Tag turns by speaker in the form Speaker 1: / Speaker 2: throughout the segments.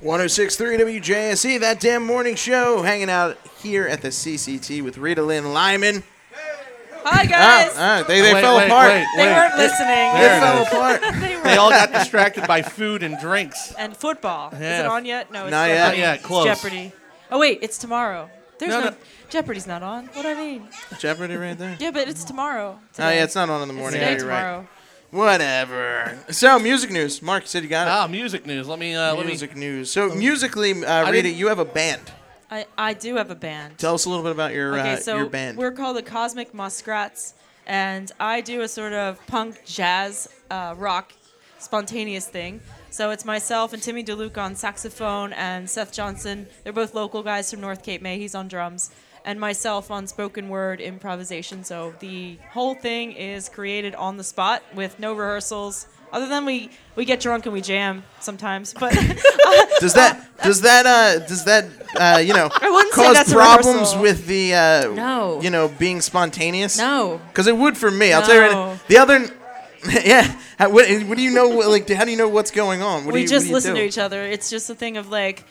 Speaker 1: 1063 WJSE, that damn morning show, hanging out here at the CCT with Rita Lynn Lyman.
Speaker 2: Hi guys.
Speaker 1: Ah, ah, they they
Speaker 3: Wait,
Speaker 1: fell
Speaker 3: wait,
Speaker 1: apart.
Speaker 3: wait,
Speaker 2: they
Speaker 3: wait.
Speaker 2: weren't listening.
Speaker 1: They
Speaker 3: There it
Speaker 1: fell
Speaker 3: is.
Speaker 1: apart.
Speaker 2: they were.
Speaker 3: They all got distracted by food and drinks.
Speaker 2: and football. Is
Speaker 3: Yeah.
Speaker 2: it on yet? No, it's
Speaker 1: Not yet.
Speaker 2: Jeopardy.
Speaker 3: Not yet,
Speaker 2: It's
Speaker 3: close.
Speaker 2: Jeopardy. Oh wait, it's tomorrow. There's
Speaker 3: No,
Speaker 2: no,
Speaker 3: no.
Speaker 2: Jeopardy's not on. What do I mean?
Speaker 1: Jeopardy right there.
Speaker 2: Yeah, but it's tomorrow.
Speaker 1: Oh, yeah, it's not on in the morning.
Speaker 2: today,
Speaker 1: Yeah, you're
Speaker 2: tomorrow.
Speaker 1: right. Whatever. So, music news. Mark said you got
Speaker 3: Ah, music news. Let me. Uh,
Speaker 1: it.
Speaker 3: let me.
Speaker 1: Music news. So, musically, uh, Rita,
Speaker 3: didn't-
Speaker 1: you have a band.
Speaker 2: I, I do have a band.
Speaker 1: Tell us a little bit about your
Speaker 2: okay,
Speaker 1: uh,
Speaker 2: so
Speaker 1: your band.
Speaker 2: we're called the Cosmic Muskrats, and I do a sort of punk jazz uh, rock spontaneous thing. So it's myself and Timmy DeLuca on saxophone and Seth Johnson. They're both local guys from North Cape May. He's on drums. And myself on spoken word improvisation. So the whole thing is created on the spot with no rehearsals. Other than we, we get drunk and we jam sometimes. But
Speaker 1: Does that does that uh does that uh you know
Speaker 2: wouldn't say
Speaker 1: cause
Speaker 2: that's a
Speaker 1: problems
Speaker 2: rehearsal.
Speaker 1: with the uh
Speaker 2: No.
Speaker 1: you know being spontaneous?
Speaker 2: No.
Speaker 1: Because it would for me. I'll tell you right now.
Speaker 2: No.
Speaker 1: The other yeah. How, what, what do you know? What, like how do you know what's going on? What do
Speaker 2: we
Speaker 1: you, what
Speaker 2: just
Speaker 1: do you
Speaker 2: listen
Speaker 1: do?
Speaker 2: to each other. It's just a thing of like,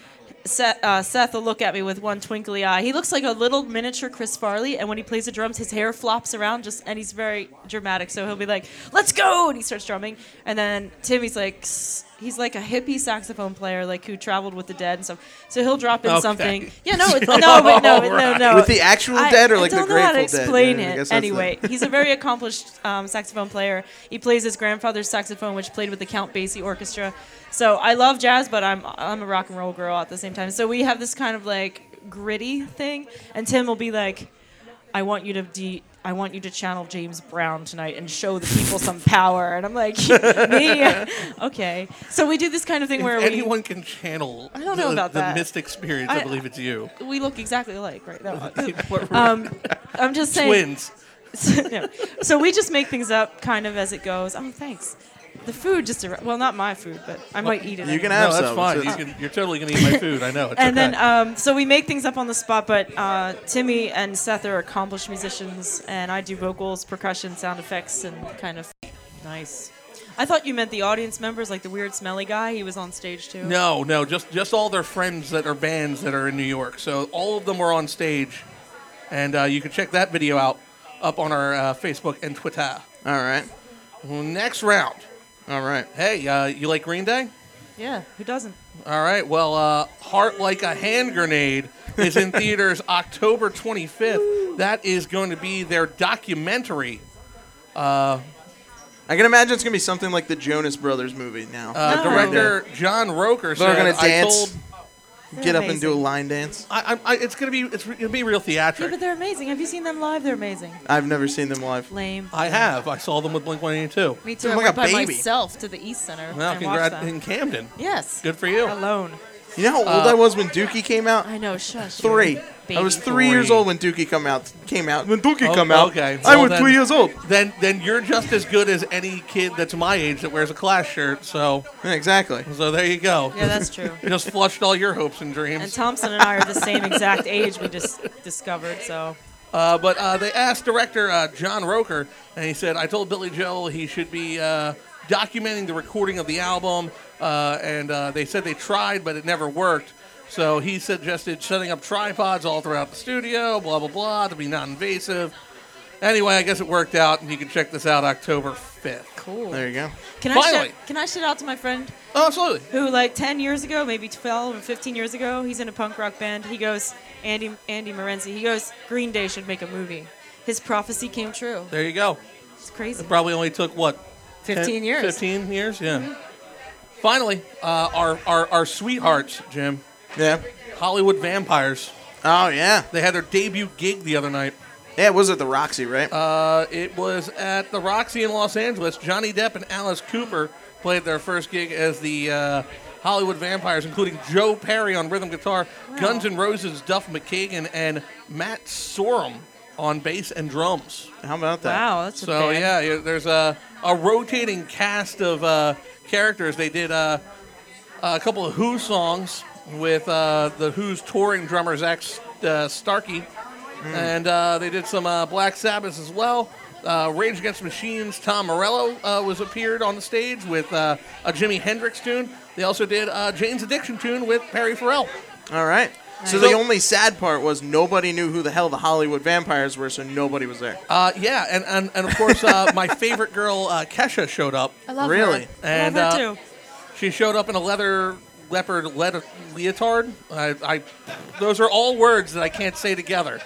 Speaker 2: Seth, uh, Seth will look at me with one twinkly eye. He looks like a little miniature Chris Farley, and when he plays the drums, his hair flops around just, and he's very dramatic. So he'll be like, "Let's go!" and he starts drumming, and then Timmy's like, "Sss." he's like a hippie saxophone player, like who traveled with the dead and stuff. So he'll drop in
Speaker 3: Okay.
Speaker 2: something. Yeah, no, it's, no, wait, no, no, no.
Speaker 1: With the actual
Speaker 2: I-
Speaker 1: dead or
Speaker 2: I
Speaker 1: like
Speaker 2: don't
Speaker 1: the
Speaker 2: know how
Speaker 1: Grateful
Speaker 2: to
Speaker 1: Dead?
Speaker 2: explain
Speaker 1: Yeah, I guess
Speaker 2: it.
Speaker 1: that's the-
Speaker 2: Anyway, he's a very accomplished um, saxophone player. He plays his grandfather's saxophone, which played with the Count Basie Orchestra. So I love jazz, but I'm I'm a rock and roll girl at the same time. So we have this kind of like gritty thing, and Tim will be like, "I want you to de- I want you to channel James Brown tonight and show the people some power." And I'm like, "Me? okay." So we do this kind of thing where we
Speaker 3: Anyone can channel. I
Speaker 2: don't know
Speaker 3: the,
Speaker 2: about
Speaker 3: the
Speaker 2: that.
Speaker 3: mystic spirits. I,
Speaker 2: I-
Speaker 3: believe it's you.
Speaker 2: we look exactly alike right now. um, I'm just saying.
Speaker 3: Twins.
Speaker 2: no. So we just make things up kind of as it goes. Oh, thanks. The food just arrived. Well, not my food, but I might eat it.
Speaker 1: You can
Speaker 2: anyway.
Speaker 1: have
Speaker 3: no, that's
Speaker 1: some.
Speaker 3: fine.
Speaker 1: It's-
Speaker 3: You can, you're totally gonna eat my food. I know. It's
Speaker 2: And
Speaker 3: okay.
Speaker 2: then, um, so we make things up on the spot, but uh, Timmy and Seth are accomplished musicians, and I do vocals, percussion, sound effects, and kind of. Nice. I thought you meant the audience members, like the weird smelly guy. He was on stage too.
Speaker 3: no, no, just just all their friends that are bands that are in New York. So all of them were on stage, and uh, you can check that video out up on our uh, Facebook and Twitter.
Speaker 1: All right.
Speaker 3: Next round.
Speaker 1: All right.
Speaker 3: Hey, uh, you like Green Day?
Speaker 2: Yeah, who doesn't?
Speaker 3: All right. Well, uh, Heart Like a Hand Grenade is in theaters October 25th. That is going to be their documentary.
Speaker 1: I can imagine it's gonna be something like the Jonas Brothers movie now.
Speaker 3: Uh,
Speaker 2: No.
Speaker 3: Director John Roker
Speaker 1: Oh. They're
Speaker 3: said,
Speaker 1: gonna
Speaker 3: "I
Speaker 1: dance.
Speaker 3: told,
Speaker 1: Get up and do a line dance.
Speaker 3: I, I, I, it's gonna be, it's re- gonna be real
Speaker 2: Yeah,
Speaker 3: theatric."
Speaker 2: but they're amazing. Have you seen them live? They're amazing.
Speaker 1: I've never seen them live.
Speaker 2: Lame.
Speaker 3: I have. I saw them with Blink 182.
Speaker 2: Me too.
Speaker 1: You're
Speaker 2: I
Speaker 1: like a
Speaker 2: went by
Speaker 1: baby.
Speaker 2: myself to the East Center
Speaker 3: Well,
Speaker 2: and watched
Speaker 3: congrats
Speaker 2: them.
Speaker 3: in Camden.
Speaker 2: Yes.
Speaker 3: Good for you.
Speaker 2: Alone.
Speaker 1: You know how
Speaker 3: Uh,
Speaker 1: old I was when Dookie came out?
Speaker 2: I know. Shush. you
Speaker 1: Three.
Speaker 2: baby.
Speaker 1: I was three years
Speaker 3: Three.
Speaker 1: old when Dookie come out. Came out when Dookie
Speaker 3: Oh,
Speaker 1: come out.
Speaker 3: okay.
Speaker 1: I
Speaker 3: Well,
Speaker 1: was
Speaker 3: then-
Speaker 1: three years old.
Speaker 3: Then, then you're just as good as any kid that's my age that wears a class shirt. So,
Speaker 1: Yeah, exactly.
Speaker 3: so there you go.
Speaker 2: Yeah, that's true.
Speaker 3: You just flushed all your hopes and dreams.
Speaker 2: And Thompson and I are the same exact age. We just discovered. So
Speaker 3: Uh, but uh, they asked director uh, John Roker, and he said, "I told Billy Joel he should be uh, documenting the recording of the album, uh, and uh, they said they tried, but it never worked. So he suggested setting up tripods all throughout the studio, blah blah blah, to be non-invasive. Anyway, I guess it worked out, and you can check this out October fifth.
Speaker 2: cool.
Speaker 1: There you go.
Speaker 2: Can I
Speaker 3: Finally.
Speaker 2: shout, can I shout out to my friend
Speaker 3: Oh, absolutely.
Speaker 2: who like 10 years ago, maybe 12 or 15 years ago, he's in a punk rock band. He goes Andy Andy Morenzi. He goes Green Day should make a movie. His prophecy came true.
Speaker 3: There you go.
Speaker 2: It's crazy.
Speaker 3: It probably only took what
Speaker 2: 15
Speaker 3: 10
Speaker 2: years.
Speaker 3: 15 years, yeah. Finally, uh, our, our our sweethearts, Jim,
Speaker 1: Yeah.
Speaker 3: Hollywood Vampires.
Speaker 1: Oh yeah.
Speaker 3: They had their debut gig the other night.
Speaker 1: Yeah, it was at the Roxy, right?
Speaker 3: Uh, it was at the Roxy in Los Angeles. Johnny Depp and Alice Cooper played their first gig as the uh, Hollywood Vampires, including Joe Perry on rhythm guitar, Guns N' Roses' Duff McKagan, and Matt Sorum on bass and drums.
Speaker 1: How about that?
Speaker 2: Wow, that's a
Speaker 3: So
Speaker 2: band.
Speaker 3: yeah, yeah, there's a a rotating cast of uh, characters. They did uh, a couple of Who songs with uh, the Who's touring
Speaker 4: Hmm.
Speaker 3: drummer Zach S- uh, Starkey, and uh, they did some uh, Black Sabbath as well. Uh, Rage Against the Machines, Tom Morello uh, was appeared on the stage with uh, a Jimi Hendrix tune. They also did uh, Jane's Addiction tune with Perry Farrell.
Speaker 1: All right. So
Speaker 3: Nice.
Speaker 1: the only sad part was nobody knew who the hell the Hollywood vampires were, so nobody was there.
Speaker 3: Uh, yeah, and, and, and of course, uh, my favorite girl, uh, Kesha, showed up.
Speaker 4: I love
Speaker 1: Really?
Speaker 4: her.
Speaker 3: And
Speaker 2: Love
Speaker 3: uh,
Speaker 2: her too.
Speaker 3: she showed up in a leather leopard le- leotard. I, I, those are all words that I can't say together.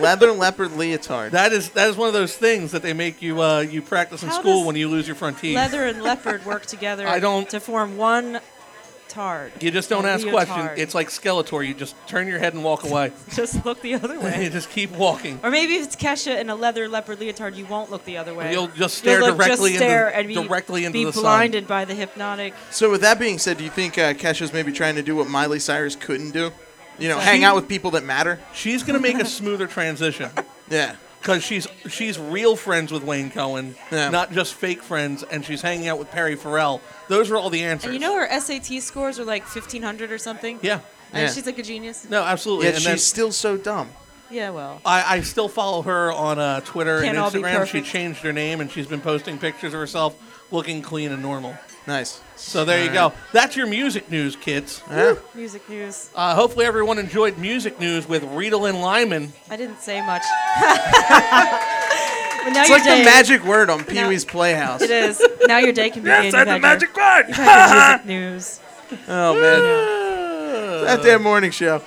Speaker 1: Leather leopard leotard.
Speaker 3: That is that is one of those things that they make you uh, you practice in
Speaker 2: How
Speaker 3: school
Speaker 2: does
Speaker 3: when you lose your front teeth.
Speaker 2: Leather and leopard work together
Speaker 3: I don't-
Speaker 2: to form one tard.
Speaker 3: You just don't
Speaker 2: A
Speaker 3: ask
Speaker 2: leotard.
Speaker 3: questions. It's like Skeletor. You just turn your head and walk away.
Speaker 2: just look the other
Speaker 3: you
Speaker 2: way.
Speaker 3: just keep walking.
Speaker 2: Or maybe if it's Kesha in a leather leopard leotard, you won't look the other way.
Speaker 3: You'll just stare
Speaker 2: You'll, like,
Speaker 3: directly
Speaker 2: just stare
Speaker 3: into-
Speaker 2: and be,
Speaker 3: directly into
Speaker 2: be
Speaker 3: the sun.
Speaker 2: blinded by the hypnotic.
Speaker 1: So with that being said, do you think uh, Kesha's maybe trying to do what Miley Cyrus couldn't do? You know, hang out with people that matter.
Speaker 3: She's gonna make a smoother transition
Speaker 1: Yeah.
Speaker 3: because she's she's real friends with Wayne Cohen,
Speaker 1: Yeah.
Speaker 3: not just fake friends, and she's hanging out with Perry Farrell. Those are all the answers.
Speaker 2: And you know her SAT scores are like 1500 or something?
Speaker 3: yeah.
Speaker 2: And
Speaker 1: Yeah.
Speaker 2: she's like a genius.
Speaker 3: No, absolutely.
Speaker 1: Yet
Speaker 3: and
Speaker 1: she's
Speaker 3: then
Speaker 1: still so dumb.
Speaker 2: Yeah, well.
Speaker 3: I, I still follow her on uh, Twitter
Speaker 2: Can't
Speaker 3: and
Speaker 2: all be
Speaker 3: Instagram. She
Speaker 2: perfect.
Speaker 3: changed her name and she's been posting pictures of herself looking clean and normal.
Speaker 1: Nice.
Speaker 3: So there you go. That's your music news, kids.
Speaker 1: Yeah.
Speaker 2: Music news.
Speaker 3: Uh, hopefully, everyone enjoyed music news with Rita Lynn Lyman.
Speaker 2: I didn't say much. but now
Speaker 1: It's
Speaker 2: your
Speaker 1: like
Speaker 2: day,
Speaker 1: the magic word on Pee Wee's Playhouse.
Speaker 2: It is. Now your day can be made. You've had
Speaker 3: word.
Speaker 2: Your, you've had your music news.
Speaker 1: Oh man. that damn morning show.